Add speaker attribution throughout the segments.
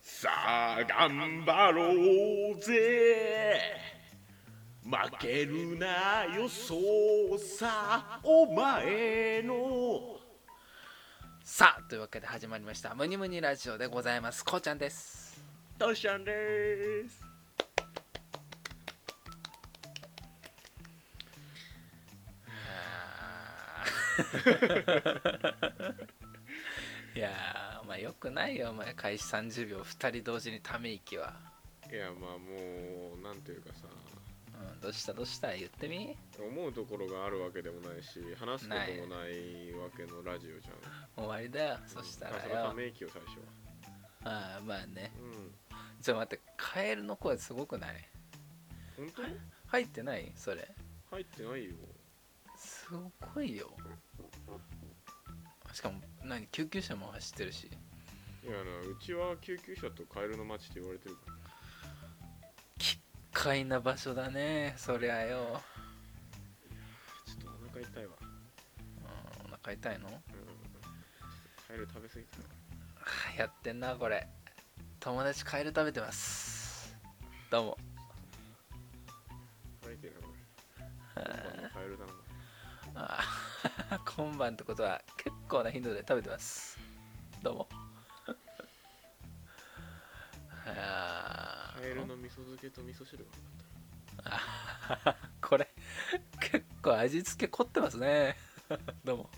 Speaker 1: さあ頑張ろうぜ負けるなよそうさお前の
Speaker 2: さあというわけで始まりました「ムニムニラジオ」でございますこうちゃんです
Speaker 1: としゃんです
Speaker 2: いやーお前よくないよお前開始30秒2人同時にため息はい
Speaker 1: やまあもうなんていうかさ
Speaker 2: うんどうしたどうした言ってみ
Speaker 1: 思うところがあるわけでもないし話すこともないわけのラジオじ ゃ
Speaker 2: 終わりだよ
Speaker 1: ん
Speaker 2: そした
Speaker 1: うん
Speaker 2: ら
Speaker 1: だからた
Speaker 2: よ
Speaker 1: め息を最初は
Speaker 2: ああまあね
Speaker 1: うん
Speaker 2: ちょっと待ってカエルの声すごくない
Speaker 1: 本当に
Speaker 2: 入ってないそれ
Speaker 1: 入ってないよ
Speaker 2: すごいよしかも何救急車も走ってるし
Speaker 1: いやなうちは救急車とカエルの街って言われてるから
Speaker 2: 奇怪な場所だねそりゃよ、
Speaker 1: ちょっとお腹痛いわ、
Speaker 2: うん、お腹痛いの
Speaker 1: うん、カエル食べ過ぎた
Speaker 2: あやってんなこれ友達カエル食べてますどうも
Speaker 1: 腹痛いなこれ今晩のカエルだな
Speaker 2: あ ー今晩ってことは結構な頻度で食べてますどうもあ
Speaker 1: カ
Speaker 2: ー
Speaker 1: エルの味噌漬けと味噌汁がなかったら
Speaker 2: これ結構味付け凝ってますね どうも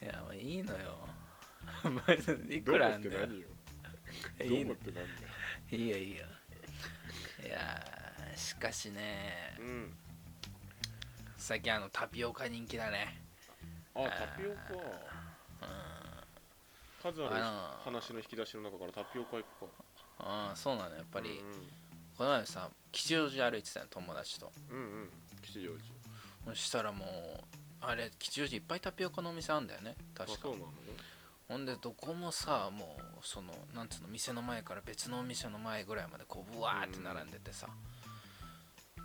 Speaker 2: いやもういいのよ マジでいくらあんだよ
Speaker 1: どうもって何よ
Speaker 2: いい
Speaker 1: どうも
Speaker 2: の
Speaker 1: って何だよ
Speaker 2: いいよいいよいやーしかしね
Speaker 1: うん
Speaker 2: 最近あのタピオカ人気だね
Speaker 1: あタピオカ数あ
Speaker 2: あ
Speaker 1: る
Speaker 2: の
Speaker 1: 話の引き出しの中からタピオカ行くかやっ
Speaker 2: うんそうなのやっぱり、
Speaker 1: う
Speaker 2: この前さ吉祥寺歩いてたの友達と
Speaker 1: んうん、うんうん、吉祥寺
Speaker 2: そしたらもうあれ吉祥寺いっぱいタピオカのお店あんだよね
Speaker 1: あ
Speaker 2: 確か
Speaker 1: そうなのね
Speaker 2: ほんでどこもさもうそのなんつうの店の前から別のお店の前ぐらいまでこうブワーって並んでてさ、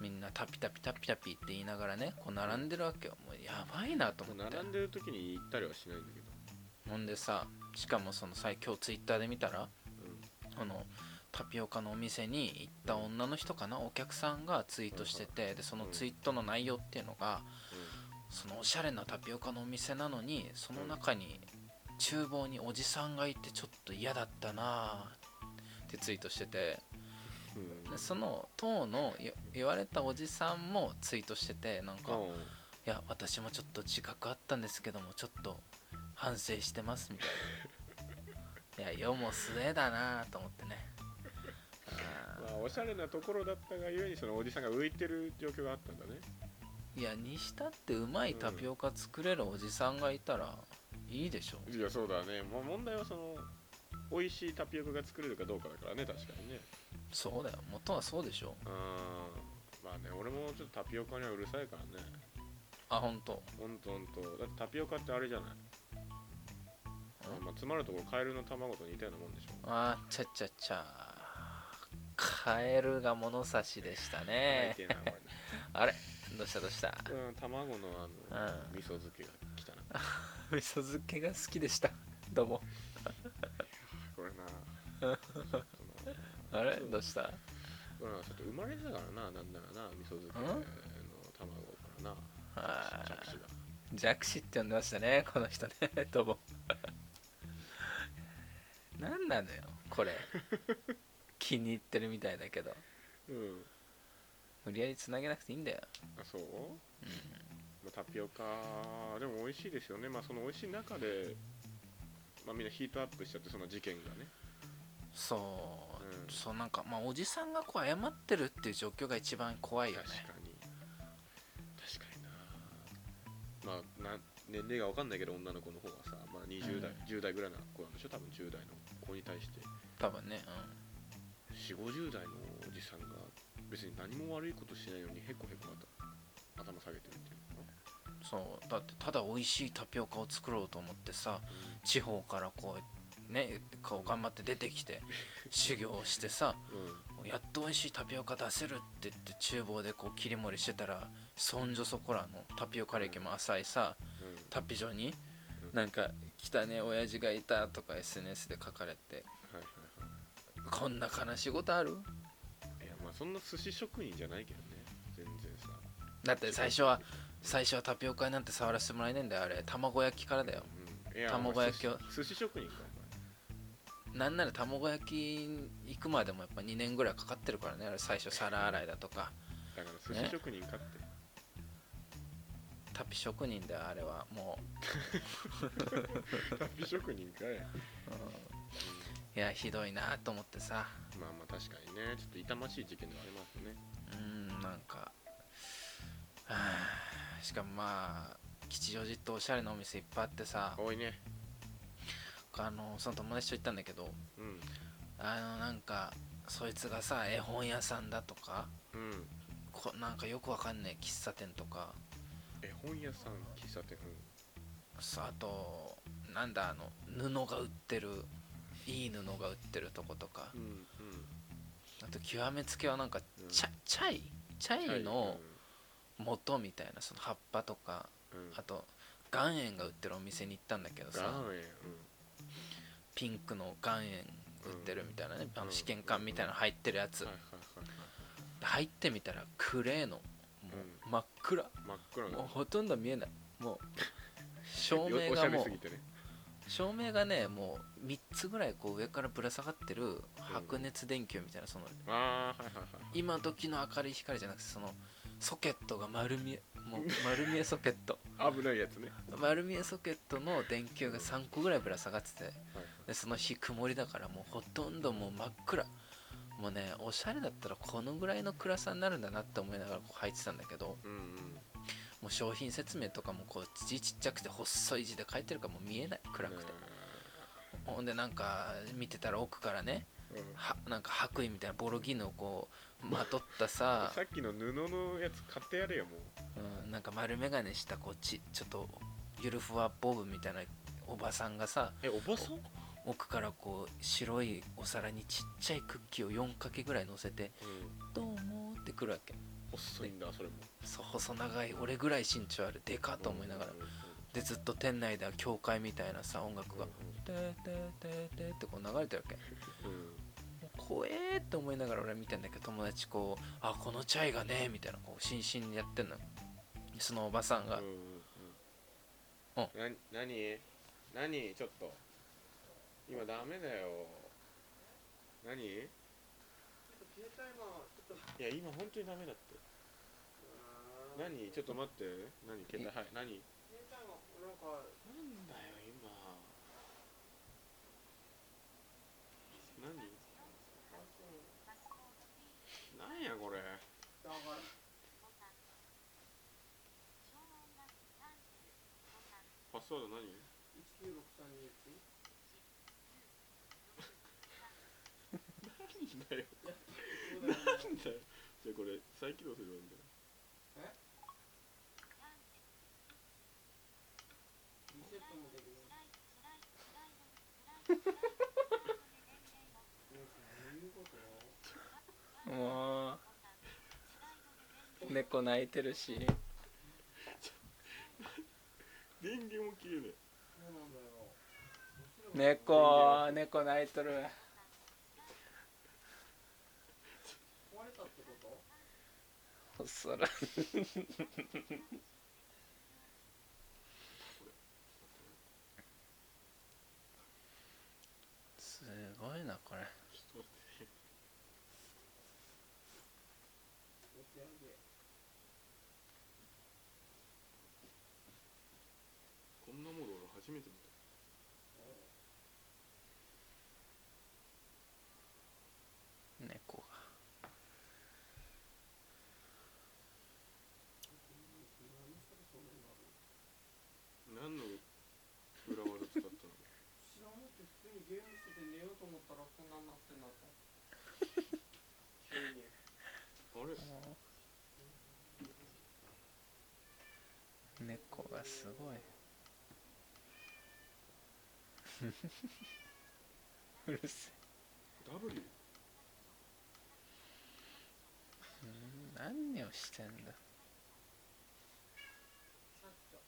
Speaker 2: みんなタピタピタピタピって言いながらねこう並んでるわけよもうやばいなと思
Speaker 1: もう
Speaker 2: って
Speaker 1: 並んでる時に行ったりはしないんだけど
Speaker 2: ほんでさしかもそのさ今日ツイッターで見たらあのタピオカのお店に行った女の人かなお客さんがツイートしててでそのツイートの内容っていうのがそのおしゃれなタピオカのお店なのにその中に厨房におじさんがいてちょっと嫌だったなぁってツイートしてて
Speaker 1: うんうん
Speaker 2: でその当のい言われたおじさんもツイートしててなんか
Speaker 1: うん
Speaker 2: いや私もちょっと自覚あったんですけどもちょっと反省してますみた いないや世も末だなと思ってねあ
Speaker 1: まあ、おしゃれなところだったがゆえにそのおじさんが浮いてる状況があったんだね
Speaker 2: ーいやにしたってうまいタピオカ作れるおじさんがいたらいいでしょ
Speaker 1: いやそうだね、まあ、問題はその美味しいタピオカが作れるかどうかだからね確かにね
Speaker 2: そうだよ元はそうでしょ
Speaker 1: うんまあね俺もちょっとタピオカにはうるさいからね
Speaker 2: あ本当
Speaker 1: ほんとほんとだってタピオカってあれじゃないまあ、詰まるところカエルの卵と似たようなもんでしょ
Speaker 2: あーちゃちゃちゃカエルが物差しでしたね
Speaker 1: 入ってない
Speaker 2: あれどうしたどう した
Speaker 1: 俺ねうん卵のあの
Speaker 2: うん
Speaker 1: 味噌漬けが来たな
Speaker 2: 味噌漬けが好きでしたどうも
Speaker 1: これ なその
Speaker 2: あれどうした
Speaker 1: これなちょっと生まれてたからななんならな味噌漬けの卵からな
Speaker 2: あー
Speaker 1: 着手が
Speaker 2: 弱視って呼んでましたねこの人ね どうも何なのよこれ気に入ってるみたいだけど
Speaker 1: うん
Speaker 2: 無理やりつなげなくていいんだよ
Speaker 1: あそう、まあタピオカでも美味しいですよねまあその美味しい中でまあみんなヒートアップしちゃってその事件がね
Speaker 2: そう、
Speaker 1: うん
Speaker 2: そうなんかまあおじさんがこう謝ってるっていう状況が一番怖い
Speaker 1: 確
Speaker 2: よ
Speaker 1: か
Speaker 2: ね
Speaker 1: に確かになまあな年齢が分かんないけど女の子の方はさ、まあ、20代、
Speaker 2: うん
Speaker 1: 10代ぐらいの子なんでしょ多分10代の子に対して
Speaker 2: 多分ね
Speaker 1: 4 5 0代のおじさんが別に何も悪いことしないのにへこへこ頭頭下げてるっていうのか
Speaker 2: うんそうだってただ美味しいタピオカを作ろうと思ってさ地方からこうねこう頑張って出てきて修行してさ
Speaker 1: なうん、
Speaker 2: やっと美味しいタピオカ出せるって言って厨房でこう切り盛りしてたらそんじょそこらのタピオカ歴も浅いさ
Speaker 1: うん
Speaker 2: タピジョになんか「汚ね親父がいた」とか SNS で書かれて
Speaker 1: はい
Speaker 2: こんな悲しいことある
Speaker 1: はいいやまあそんな寿司職人じゃないけどね全然さ
Speaker 2: だって最初は最初はタピオカなんて触らせてもらえねえんだよあれ卵焼きからだよ
Speaker 1: うんいや
Speaker 2: 卵
Speaker 1: お前
Speaker 2: 焼きを
Speaker 1: 寿司寿司職人か
Speaker 2: なんなら卵焼き行くまでもやっぱ2年ぐらいかかってるからねあれ最初皿洗いだとか
Speaker 1: お前だから寿司職人か って、
Speaker 2: タピ職人だよあれはも
Speaker 1: タピ職人かい、うん
Speaker 2: ういやひどいなと思ってさ
Speaker 1: まあまあ確かにねちょっと痛ましい事件ではありますね
Speaker 2: うんなんかはあしかもまあ吉祥寺っておしゃれなお店いっぱいあってさ
Speaker 1: 多いね
Speaker 2: あのその友達と行ったんだけど
Speaker 1: うん
Speaker 2: あのなんかそいつがさ絵本屋さんだとか
Speaker 1: うん
Speaker 2: こなんかよくわかんない喫茶店とか
Speaker 1: 絵本屋さん喫茶店う
Speaker 2: そうあとなんだあの布が売ってるいい布が売ってるとことか
Speaker 1: んうん
Speaker 2: あと極めつけはなんか
Speaker 1: うん
Speaker 2: チャチャイチャイの元みたいなその葉っぱとか
Speaker 1: うんうん
Speaker 2: あと岩塩が売ってるお店に行ったんだけどさ
Speaker 1: 岩塩
Speaker 2: ピンクの岩塩売ってるみたいなね、
Speaker 1: うん
Speaker 2: あの試験管みたいなの入ってるやつ、
Speaker 1: うんはいはい
Speaker 2: 入ってみたらクレーのもう真っ暗、
Speaker 1: はい真っ暗
Speaker 2: もう
Speaker 1: な
Speaker 2: ほとんど見えないもう 照
Speaker 1: よ
Speaker 2: 明
Speaker 1: おしゃれ
Speaker 2: がも
Speaker 1: すぎ
Speaker 2: う
Speaker 1: てね
Speaker 2: 照明がねもう3つぐらいこう上からぶら下がってる白熱電球みたいなその
Speaker 1: ああはいはいはい
Speaker 2: 今時の明るい光じゃなくてそのソケットが丸見えもう丸見えソケッ ト
Speaker 1: 危ないやつね。
Speaker 2: 丸見えソケットの電球が3個ぐらいぶら下がってて
Speaker 1: はい
Speaker 2: でその日曇りだからもうほとんどもう真っ暗もうねおしゃれだったらこのぐらいの暗さになるんだなって思いながらこう入ってたんだけど
Speaker 1: うんうん。
Speaker 2: もう商品説明とかもこう字ちっちゃくて細い字で書いてるからもう見えない暗くてほんでなんか見てたら奥からね
Speaker 1: ねえうん
Speaker 2: はなんか白衣みたいなボロギーヌをこうまとったさ
Speaker 1: さっきの布のやつ買ってやれよもう。
Speaker 2: うん、なんか丸眼鏡したこうちちょっとゆるふわボブみたいなおばさんがさ
Speaker 1: えおばさん？
Speaker 2: 奥からこう白いお皿にちっちゃいクッキーを4かけぐらい乗せて
Speaker 1: うん。
Speaker 2: 「どうも」ってくるわけ
Speaker 1: 細いんだそれも。
Speaker 2: そう細長い俺ぐらい身長あるでかっと思いながら
Speaker 1: うんうんうん
Speaker 2: でずっと店内では教会みたいなさ音楽が
Speaker 1: うん
Speaker 2: 「てーてーてーてーってこう流れてるわけ
Speaker 1: うん
Speaker 2: もう怖えーって思いながら俺は見てんだけど友達こう「あこのチャイがね」みたいなこうしんしんにやってんのそのおばさんが
Speaker 1: うん
Speaker 2: う
Speaker 1: う
Speaker 2: ん
Speaker 1: ん。な何？何ちょっと。今ダメだよ。何？い
Speaker 3: 携帯もちょっと
Speaker 1: や今本当にダメだって。
Speaker 3: うーん
Speaker 1: 何ちょっ と待って。何携帯はい何？
Speaker 3: 携帯もなんか
Speaker 1: なんだよ今何なんやこれ
Speaker 3: だから
Speaker 1: パスワード何
Speaker 3: 196321
Speaker 1: 何だよ
Speaker 3: そうだよね
Speaker 1: なんだよじゃあこれ再起動すればいいんだよ
Speaker 3: リセットもできないなんかどういうこと
Speaker 2: もう猫泣いてるし
Speaker 1: 電源も切れない
Speaker 3: そうなんだよ
Speaker 2: 猫猫泣いとる
Speaker 3: 壊れたってこと
Speaker 2: おそらすごいなこれ
Speaker 1: ちょっと待って
Speaker 3: 持ち上げ
Speaker 1: こんなもの俺初めて見た
Speaker 2: 猫が
Speaker 1: 何の裏技使ったの
Speaker 3: 知らんって普通にゲームしてて寝ようと思ったらこんなんなってんだった急に
Speaker 1: あれ
Speaker 2: 猫がすごいうるせ
Speaker 1: W?
Speaker 2: え何をしてんだ
Speaker 3: さっきと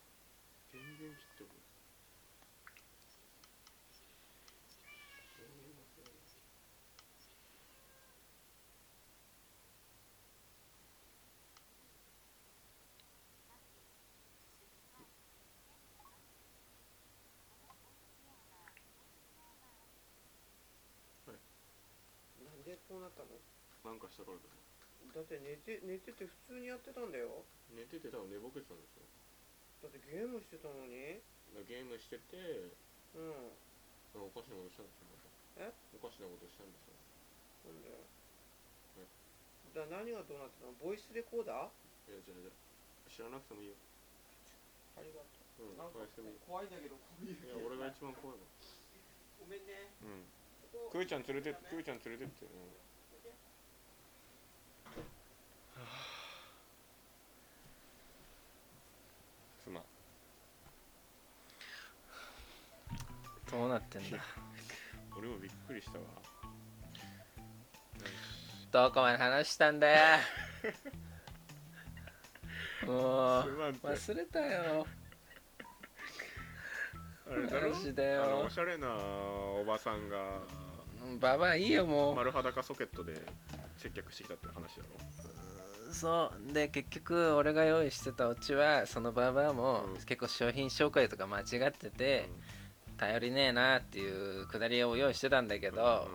Speaker 1: 電源切っても
Speaker 3: 電源が切れる
Speaker 4: こうなったの
Speaker 1: なんかしたからです
Speaker 4: だって寝て寝てて普通にやってたんだよ
Speaker 1: 寝てて多分寝ぼけてたんですよ
Speaker 4: だってゲームしてたのに
Speaker 1: ゲームしてて
Speaker 4: うん
Speaker 1: おかしなことしたんですよ
Speaker 4: え
Speaker 1: おかしなことしたんですよ
Speaker 4: なんだよだから何がどうなってたのボイスレコーダー
Speaker 1: いやじゃあじゃあ知らなくてもいいよ
Speaker 4: ありがと
Speaker 1: うん
Speaker 3: なんか
Speaker 1: 返してもいい
Speaker 3: 怖いんだけどこうい
Speaker 1: い
Speaker 3: う
Speaker 1: や俺が一番怖いの
Speaker 3: ごめんね
Speaker 1: うん
Speaker 3: ここ
Speaker 1: クーちゃん連れてってクーちゃん連れてって、うんすまん
Speaker 2: どうなってんだ
Speaker 1: 俺もびっくりしたわ
Speaker 2: どこまで話したんだよ も
Speaker 1: す
Speaker 2: う
Speaker 1: まんって
Speaker 2: 忘れたよ
Speaker 1: あれだろ
Speaker 2: マジだよ
Speaker 1: あのおしゃれなおばさんが
Speaker 2: ババアいいよもう、
Speaker 1: 丸裸ソケットで接客してきたって話だろ
Speaker 2: そうで結局俺が用意してたオチはそのババアも
Speaker 1: うん
Speaker 2: 結構商品紹介とか間違ってて、頼りねえなっていうくだりを用意してたんだけ
Speaker 1: うん
Speaker 2: ど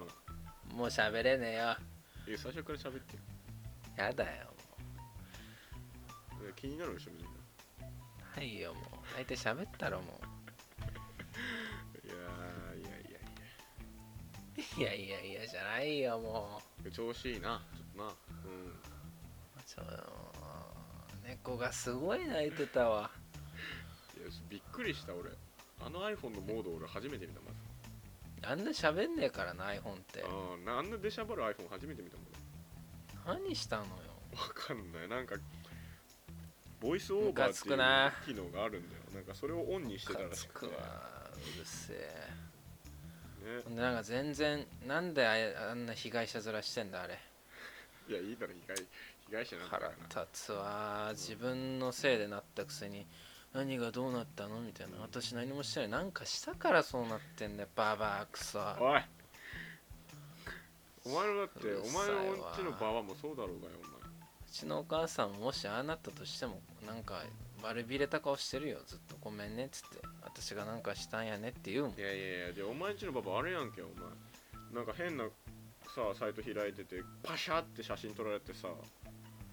Speaker 1: うん、
Speaker 2: もう喋れねえよ
Speaker 1: いや最初から喋ってよ
Speaker 2: やだよ
Speaker 1: いや気になるでしょみんな
Speaker 2: ないよもう相手喋ったろも
Speaker 1: いやーいやいやいう
Speaker 2: いやいやいやじゃないよも
Speaker 1: や調子いいなちょっとなうん
Speaker 2: うちょ猫がすごい泣いてたわ
Speaker 1: いやびっくりした俺あの iPhone のモード俺初めて見たまず
Speaker 2: あんな喋んねえからな iPhone って
Speaker 1: あーなあんな出しゃばる iPhone 初めて見たもん
Speaker 2: 何したのよ
Speaker 1: わかんないなんかボイスオーバーってい
Speaker 2: ムカ
Speaker 1: う機能があるんだよなんかそれをオンにして
Speaker 2: ム
Speaker 1: た
Speaker 2: から
Speaker 1: し
Speaker 2: つ
Speaker 1: く
Speaker 2: く
Speaker 1: て
Speaker 2: わうるせえ
Speaker 1: ね
Speaker 2: ほんでなんか全然なんであれあんな被害者面してんだあれ
Speaker 1: いやいいだろ被害被害者なんだか
Speaker 2: 腹
Speaker 1: らな
Speaker 2: 立つわ自分のせいでなったくせに何がどうなったのみたいな私何もしてないなんかしたからそうなってんだよババアクソ
Speaker 1: おいお前のだって
Speaker 2: うる
Speaker 1: お
Speaker 2: さ
Speaker 1: 前
Speaker 2: いわ
Speaker 1: のうちのババもそうだろうがよ
Speaker 2: うちのお母さんもしああなったとしてもなんか悪びれた顔してるよずっとごめんねっつって私がなんかしたんやねって言うもん
Speaker 1: お前いやいやいやじゃあお前んちのババあれやんけお前なんか変なさサイト開いててパシャって写真撮られてさ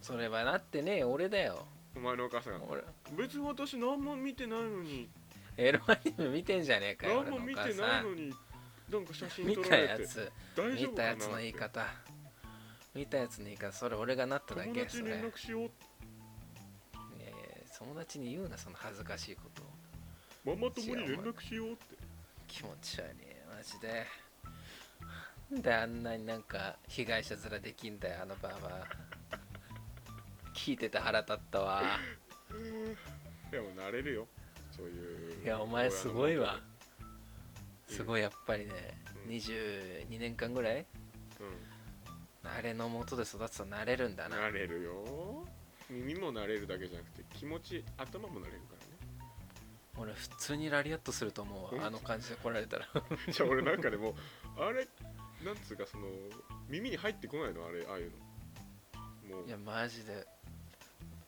Speaker 2: それはなってねえよ俺だよ
Speaker 1: お前のお母さんが
Speaker 2: 俺
Speaker 1: 別に私何も見てないのに
Speaker 2: エロアニメ見てんじゃねえか
Speaker 1: 何
Speaker 2: よ俺の
Speaker 1: も
Speaker 2: お
Speaker 1: 見て
Speaker 2: 母
Speaker 1: な
Speaker 2: さ
Speaker 1: いの
Speaker 2: ん
Speaker 1: になんか写真
Speaker 2: 見
Speaker 1: 撮
Speaker 2: た
Speaker 1: られ
Speaker 2: や
Speaker 1: て
Speaker 2: つ
Speaker 1: 大
Speaker 2: 見
Speaker 1: 丈夫か
Speaker 2: た
Speaker 1: な
Speaker 2: やつの言い方見たやつの言い方それ俺がなっただ
Speaker 1: 友
Speaker 2: けそ
Speaker 1: 達
Speaker 2: れ
Speaker 1: に連絡しよう
Speaker 2: いやいや友達に言うなその恥ずかしいこと
Speaker 1: ママ友に連絡しようって
Speaker 2: 気持ち悪いマジでなんであんなになんか被害者面できんだよあのババア聞いてて腹立ったわ
Speaker 1: いやもう慣れるよそういう
Speaker 2: いやお前すごいわすご
Speaker 1: い、
Speaker 2: いやっぱりね
Speaker 1: うん
Speaker 2: 22年間ぐらい
Speaker 1: うん
Speaker 2: あれのもとで育つとなれるんだな
Speaker 1: 慣れるよ耳も慣れるだけじゃなくて気持ち頭も慣れるから
Speaker 2: 俺普通にラリアットすると思うわあの感じで来られたら
Speaker 1: ね じゃあ俺なんかでもあれなんつうかその耳に入ってこないのあれああいうのもう
Speaker 2: いやマジで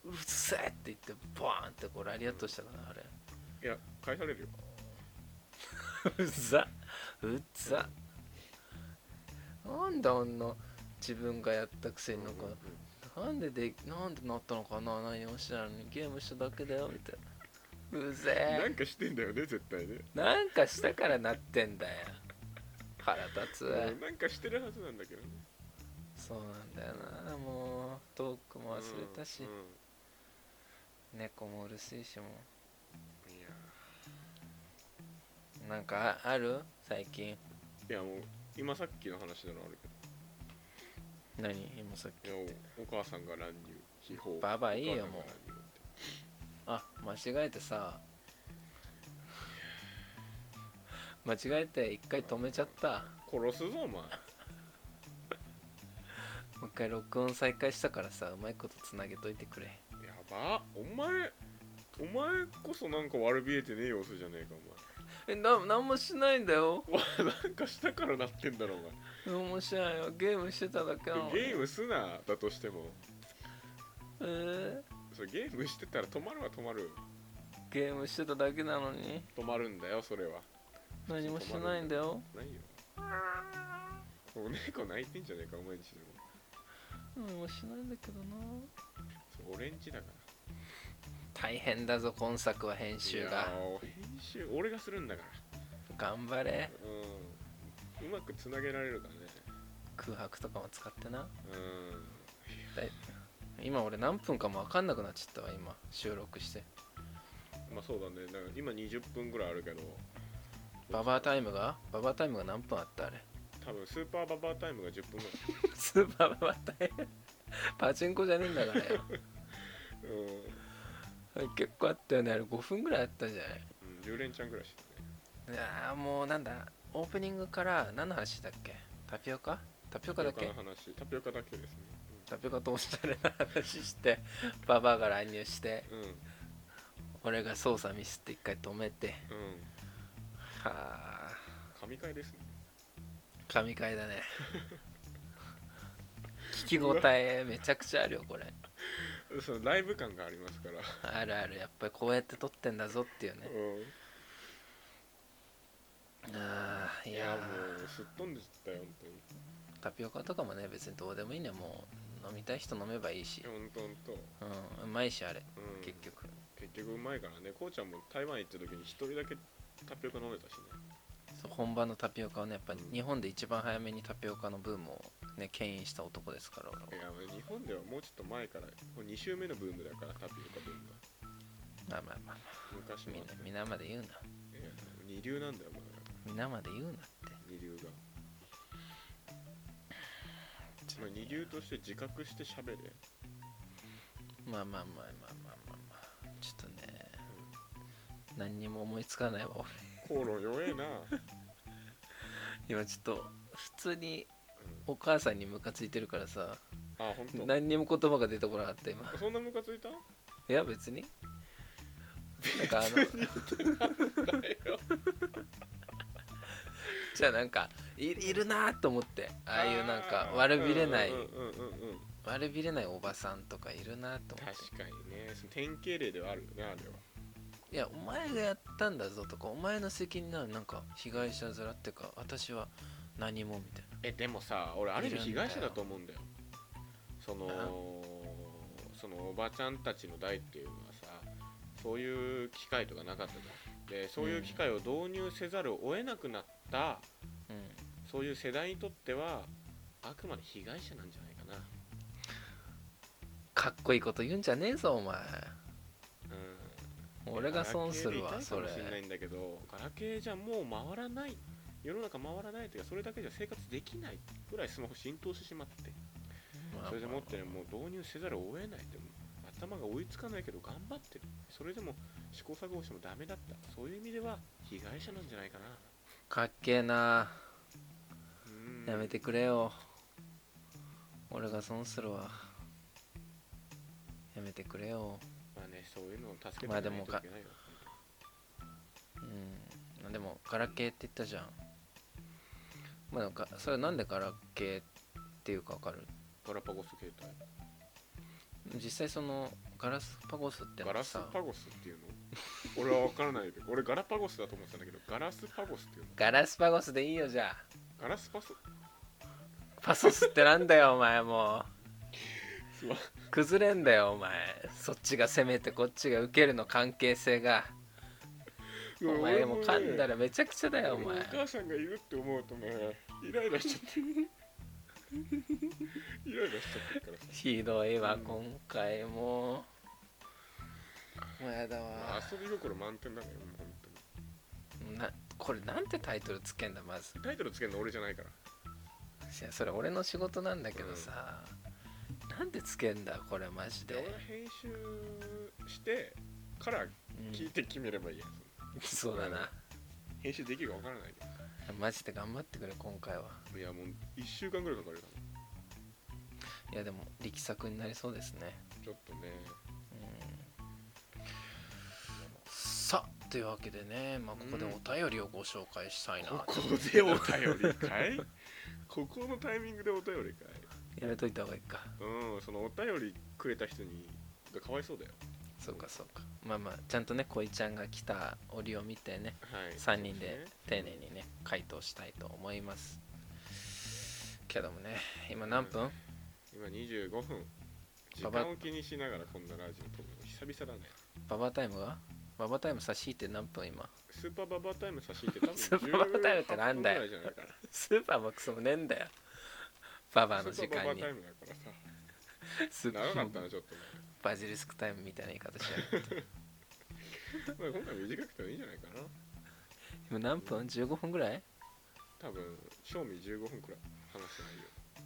Speaker 2: うっせえって言ってボーンってこうラリアットしたからなあれ
Speaker 1: いや返されるよ
Speaker 2: うっざうっざなんであんな自分がやったくせになんか、なんででなんでなったのかな何もしてないのにゲームしただけだよみたいなうぜ
Speaker 1: うんな
Speaker 2: え
Speaker 1: んかしてんだよね絶対ね、
Speaker 2: なんかしたからなってんだよ腹立つわ
Speaker 1: うんなんかしてるはずなんだけどね
Speaker 2: そうなんだよなもうトークも忘れたし
Speaker 1: うんうん
Speaker 2: 猫もうるせえしも
Speaker 1: いや
Speaker 2: うなんかあある最近
Speaker 1: いやもう今さっきの話ならあるけど
Speaker 2: 何今さっき
Speaker 1: いやおお母さんが乱入秘宝
Speaker 2: ババいい
Speaker 1: お
Speaker 2: よ
Speaker 1: 母さんが
Speaker 2: もう
Speaker 1: 乱入って
Speaker 2: あ間違えてさ間違えて一回止めちゃった
Speaker 1: 殺すぞお前
Speaker 2: もう一回録音再開したからさうまいことつなげといてくれ
Speaker 1: やばお前お前こそなんか悪びれてねえ様子じゃねえか
Speaker 2: えな何もしないんだよ
Speaker 1: お前お前なんかしたからなってんだろお
Speaker 2: 何もしないよゲームしてただけなの
Speaker 1: 前ゲームすなだとしても
Speaker 2: えー
Speaker 1: それゲームしてたら止まるは止まる
Speaker 2: ゲームしてただけなのに
Speaker 1: 止まるんだよそれは
Speaker 2: 何もしてないんだよ
Speaker 1: ないよその猫泣いてんじゃねえかお前んちでも
Speaker 2: うん、しないんだけどな
Speaker 1: そう俺んちだから
Speaker 2: 大変だぞ今作は編集
Speaker 1: いや
Speaker 2: が
Speaker 1: ー編集俺がするんだから
Speaker 2: 頑張れ
Speaker 1: うんうまくつなげられるからね
Speaker 2: 空白とかも使ってな
Speaker 1: うん
Speaker 2: 今俺何分かも分かんなくなっちゃったわ今収録して
Speaker 1: まあそうだねだから今20分ぐらいあるけど
Speaker 2: ババアタイムがババアタイムが何分あったあれ
Speaker 1: 多分スーパーババアタイムが10分ぐ
Speaker 2: スーパーババアタイムパチンコじゃねえんだからよ
Speaker 1: らい、
Speaker 2: あれ結構あったよねあれ5分ぐらいあったんじゃない
Speaker 1: うんうん、10連チャンぐらいしてたね
Speaker 2: あーもうなんだオープニングから何の話したっけタピオカタピオカだっけ
Speaker 1: の話タピオカだけですね
Speaker 2: タピオカとおしゃれな話してババアが乱入して
Speaker 1: うんうん
Speaker 2: 俺が操作ミスって一回止めて
Speaker 1: うん
Speaker 2: はあ
Speaker 1: 神回ですね
Speaker 2: 神回だ ね聞き応えめちゃくちゃあるよこれ
Speaker 1: そのライブ感がありますから
Speaker 2: あるあるやっぱりこうやって撮ってんだぞっていうね
Speaker 1: う
Speaker 2: ああ
Speaker 1: んい
Speaker 2: いや
Speaker 1: や
Speaker 2: ー
Speaker 1: もうすっ飛んでったよ本当に
Speaker 2: タピオカとかもね別にどうでもいいねもう飲みたい人飲めばいいし
Speaker 1: いや、本当本当
Speaker 2: うん、うまいしあれ、
Speaker 1: うん
Speaker 2: 結局
Speaker 1: 結局うまいからねこうちゃんも台湾行った時に一人だけタピオカ飲めたしね
Speaker 2: そう本場のタピオカをねやっぱ日本で一番早めにタピオカのブームをね牽引した男ですから俺はい
Speaker 1: や日本ではもうちょっと前から2週目のブームだからタピオカブームが
Speaker 2: まあまあまあ
Speaker 1: 昔
Speaker 2: み
Speaker 1: も
Speaker 2: ん
Speaker 1: あっ
Speaker 2: な
Speaker 1: たね
Speaker 2: 皆まで言うない
Speaker 1: や二流なんだよまだ
Speaker 2: 皆まで言うなって
Speaker 1: 二流が、まあ、二流として自覚して喋れ
Speaker 2: まあまあまあまあまあまあ、まあ、ちょっとね何にも思いつかないわ俺
Speaker 1: 口論弱 えな、
Speaker 2: 今ちょっと普通に
Speaker 1: うん
Speaker 2: お母さんにムカついてるからさ
Speaker 1: あ本当。
Speaker 2: 何にも言葉が出てこなかった今
Speaker 1: そんなムカついた
Speaker 2: いや別になんかあのじゃあなんかいいるなーと思ってああいうなんか
Speaker 1: あー
Speaker 2: 悪びれない
Speaker 1: うんうんうんうんうん
Speaker 2: 悪びれないおばさんとかいるなと思って
Speaker 1: 確かにねその典型例ではあるよねあれはい
Speaker 2: やお前がやったんだぞとかお前の責任なのになんか被害者面ってか私は何もみたいな
Speaker 1: えでもさ俺ある意味被
Speaker 2: いるんだよ
Speaker 1: 害者だと思うんだよそのそのおばちゃんたちの代っていうのはさそういう機会とかなかったじゃんでそういう機会を導入せざるを得なくなった、
Speaker 2: うん
Speaker 1: そういう世代にとってはあくまで被害者なんじゃないかな
Speaker 2: かっこいいこと言うんじゃねえぞお前
Speaker 1: うん
Speaker 2: 俺が損する
Speaker 1: ガ
Speaker 2: わ
Speaker 1: ラケ
Speaker 2: そ
Speaker 1: ーで
Speaker 2: れ
Speaker 1: 痛いかもしんないんだけどガラケーじゃもう回らない世の中回らないというかそれだけじゃ生活できないぐらいスマホ浸透してしまって
Speaker 2: まあ
Speaker 1: それでもってねもう導入せざるを得ないでも頭が追いつかないけど頑張ってるそれでも試行錯誤してもダメだったそういう意味では被害者なんじゃないかな
Speaker 2: かっけえな
Speaker 1: うん
Speaker 2: やめてくれよ俺が損するわやめてくれよ
Speaker 1: まあねそういうのを助けて
Speaker 2: まあ
Speaker 1: あげ
Speaker 2: で
Speaker 1: ない
Speaker 2: も
Speaker 1: といけないよ、
Speaker 2: うんでもガラケーって言ったじゃんまあなんかそれなんでガラケーっていうかわかる
Speaker 1: ガラパゴス携帯
Speaker 2: 実際そのガラスパゴスっての
Speaker 1: ガ
Speaker 2: は
Speaker 1: ラス
Speaker 2: さ
Speaker 1: パゴスっていうの俺は分からないけど俺ガラパゴスだと思ってたんだけどガラスパゴスっていうの
Speaker 2: ガラスパゴスでいいよじゃあ
Speaker 1: ガラスパス
Speaker 2: パソスってなんだよお 前も
Speaker 1: うわ
Speaker 2: う崩れんだよお前そっちが攻めてこっちが受けるの関係性がお前もう噛んだらめちゃくちゃだよお前
Speaker 1: お母さんがいるって思うとねイライラしちゃってイライラしちゃってるから
Speaker 2: ひどいわ、
Speaker 1: うん
Speaker 2: 今回ももうやだわ
Speaker 1: 遊び心満点だからもう本当に
Speaker 2: なこれなんてタイトルつけんだまず
Speaker 1: タイトルつけるの俺じゃないから
Speaker 2: いやそれ俺の仕事なんだけどさ、なんてつけんだこれマジで
Speaker 1: で俺が編集してから
Speaker 2: うん
Speaker 1: 聞いて決めればいいや、
Speaker 2: そうだな
Speaker 1: 編集できるか分からないけ
Speaker 2: マジで頑張ってくれ今回は
Speaker 1: どいやもう1週間ぐらいかかるよ
Speaker 2: いやでも力作になりそうですね
Speaker 1: ちょっとね
Speaker 2: うんさあというわけでね、まあ、ここでお便りをご紹介したいな、
Speaker 1: ここでお便りかい ここのタイミングでお便りかい
Speaker 2: やめといた方がいいか
Speaker 1: うんそのお便りくれた人にがかわいそうだよ
Speaker 2: そうかそうかまあまあちゃんとねこいちゃんが来た折を見てね
Speaker 1: はい
Speaker 2: 3人で丁寧にね回答したいと思いますけどもね今何分
Speaker 1: 今25分時
Speaker 2: ババ
Speaker 1: 間を気にしながらこんなラジオ撮るの久々だね
Speaker 2: ババタイムがババタイム差し引いて何分今
Speaker 1: スーパーババアタイム差し引いて多分
Speaker 2: スーパーババアタイムってなんだよ
Speaker 1: 18分ぐらいじゃないかな
Speaker 2: スーパーもクソもねえんだよババアの
Speaker 1: ス
Speaker 2: 時
Speaker 1: ーパーババア
Speaker 2: 間に
Speaker 1: タイムだからさ
Speaker 2: スーパ
Speaker 1: 長かった
Speaker 2: ー
Speaker 1: なちょっとね
Speaker 2: バジリスクタイムみたいな言い方しやがって
Speaker 1: まあ今回短くてもいいんじゃないかな
Speaker 2: 今何分 ?15 分ぐらい
Speaker 1: 多分賞味15分くらい話してない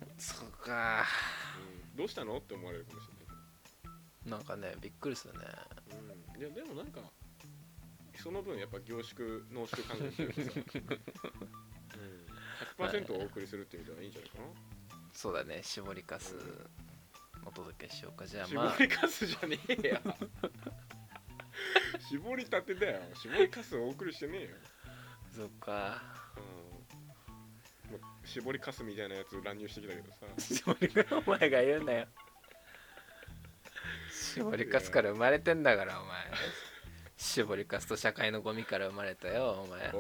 Speaker 1: よ、
Speaker 2: そうか
Speaker 1: うん、どうしたのって思われるかもし
Speaker 2: なんかねびっくりする
Speaker 1: れ
Speaker 2: ね
Speaker 1: ないけど、うん、いやでもなんかその分やっぱ凝縮濃縮感がしてるからさ、うん、100%お送りするっていう意味ではいいんじゃないかな
Speaker 2: そうだね絞りかすお届けしようかじゃあまあ
Speaker 1: 絞りかすじゃねえや絞りたてだよ絞りかすをお送りしてねえよ、
Speaker 2: そっか
Speaker 1: うんま絞りかすみたいなやつ乱入してきたけどさ
Speaker 2: 絞りかお前が言うなよ絞りかすから生まれてんだからお前絞りかすと社会のゴミから生まれたよお前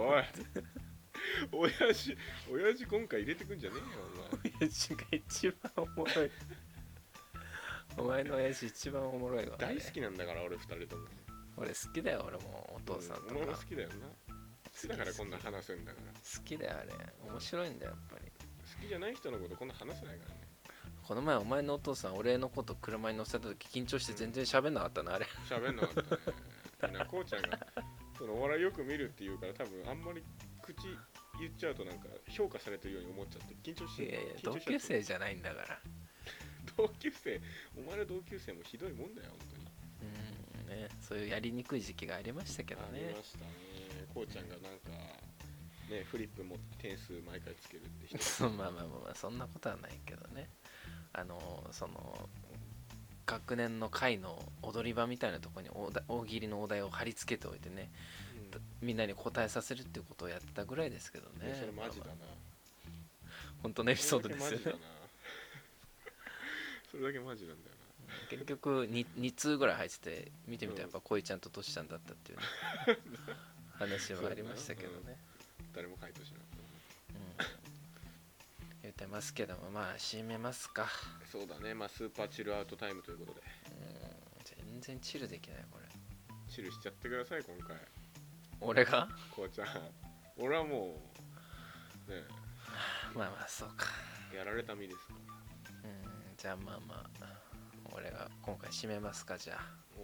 Speaker 1: おい親父親父今回入れてくんじゃねえよお前
Speaker 2: 親父が一番おもろいお前の親父一番おもろいわ
Speaker 1: 大好きなんだから俺二人とも
Speaker 2: 俺好きだよ俺もお父さんと
Speaker 1: うん俺も
Speaker 2: か
Speaker 1: 好きだよな好きだからこんな話すんだから
Speaker 2: 好きだよあれ面白いんだよやっぱり
Speaker 1: 好きじゃない人のことこんな話せないからね
Speaker 2: この前お前のお父さん俺のこと車に乗せた時緊張して全然喋んなかったなあれ
Speaker 1: 喋んなかったねなこうちゃんがそのお笑いよく見るって言うから多分あんまり口言っちゃうとなんか評価されてるように思っちゃって緊張して
Speaker 2: いやいや同級生じゃないんだから
Speaker 1: 同級生お前の同級生もひどいもんだよ本当に
Speaker 2: うんねそういうやりにくい時期がありましたけど
Speaker 1: あり
Speaker 2: ね
Speaker 1: ましたねこうちゃんがなんかねフリップも点数毎回つけるって人
Speaker 2: まあまあまあま あそんなことはないけどねあのその学年の会の踊り場みたいなところにおだ大喜利のお題を貼り付けておいてね
Speaker 1: うん
Speaker 2: みんなに答えさせるっていうことをやってたぐらいですけど
Speaker 1: いやそ
Speaker 2: ね
Speaker 1: れマジだ
Speaker 2: まあ
Speaker 1: な
Speaker 2: まあ本当のエピソードですよね
Speaker 1: それだけマジなんだよな
Speaker 2: 結局 2, 2通ぐらい入ってて見てみた
Speaker 1: うん
Speaker 2: らやっぱ恋ちゃんとトシちゃんだったってい う、ね話もありましたけどね、
Speaker 1: 誰も回答しなかっ
Speaker 2: うん、言ってますけどもまあ締めますか、
Speaker 1: たそうだねまあスーパーチルアウトタイムということで
Speaker 2: うん、全然チルできないこれ
Speaker 1: チルしちゃってください今回
Speaker 2: 俺が
Speaker 1: こうちゃん俺はもうね
Speaker 2: まあまあそうか、
Speaker 1: やられた身ですから
Speaker 2: うん、じゃあまあまあ俺が今回締めますかじゃあ
Speaker 1: お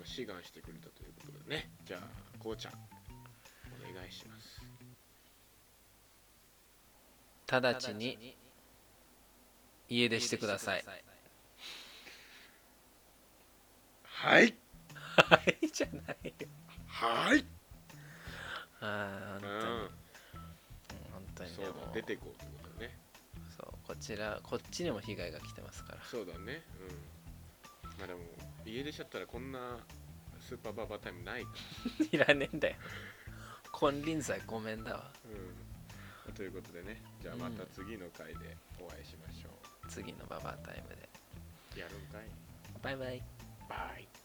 Speaker 1: お志願してくれたということでねじゃあこうちゃんお願いします
Speaker 2: 直ちに家出してください
Speaker 1: はい
Speaker 2: はいじゃない よ
Speaker 1: はい
Speaker 2: ああ
Speaker 1: う
Speaker 2: 本当に、うん
Speaker 1: ん
Speaker 2: 本当に
Speaker 1: そう
Speaker 2: ね
Speaker 1: だ
Speaker 2: もう
Speaker 1: 出てこうってことだね
Speaker 2: そうこちらこっちにも被害が来てますから
Speaker 1: そうだねうんまあでも家出しちゃったらこんなスーパーバーバータイムないか
Speaker 2: いらねえんだよ 金輪際ごめんだわ
Speaker 1: ら、うん、ということでねじゃあまた次の回でお会いしましょう、
Speaker 2: 次のババアタイムで
Speaker 1: やるんかい
Speaker 2: バイバイ
Speaker 1: バイ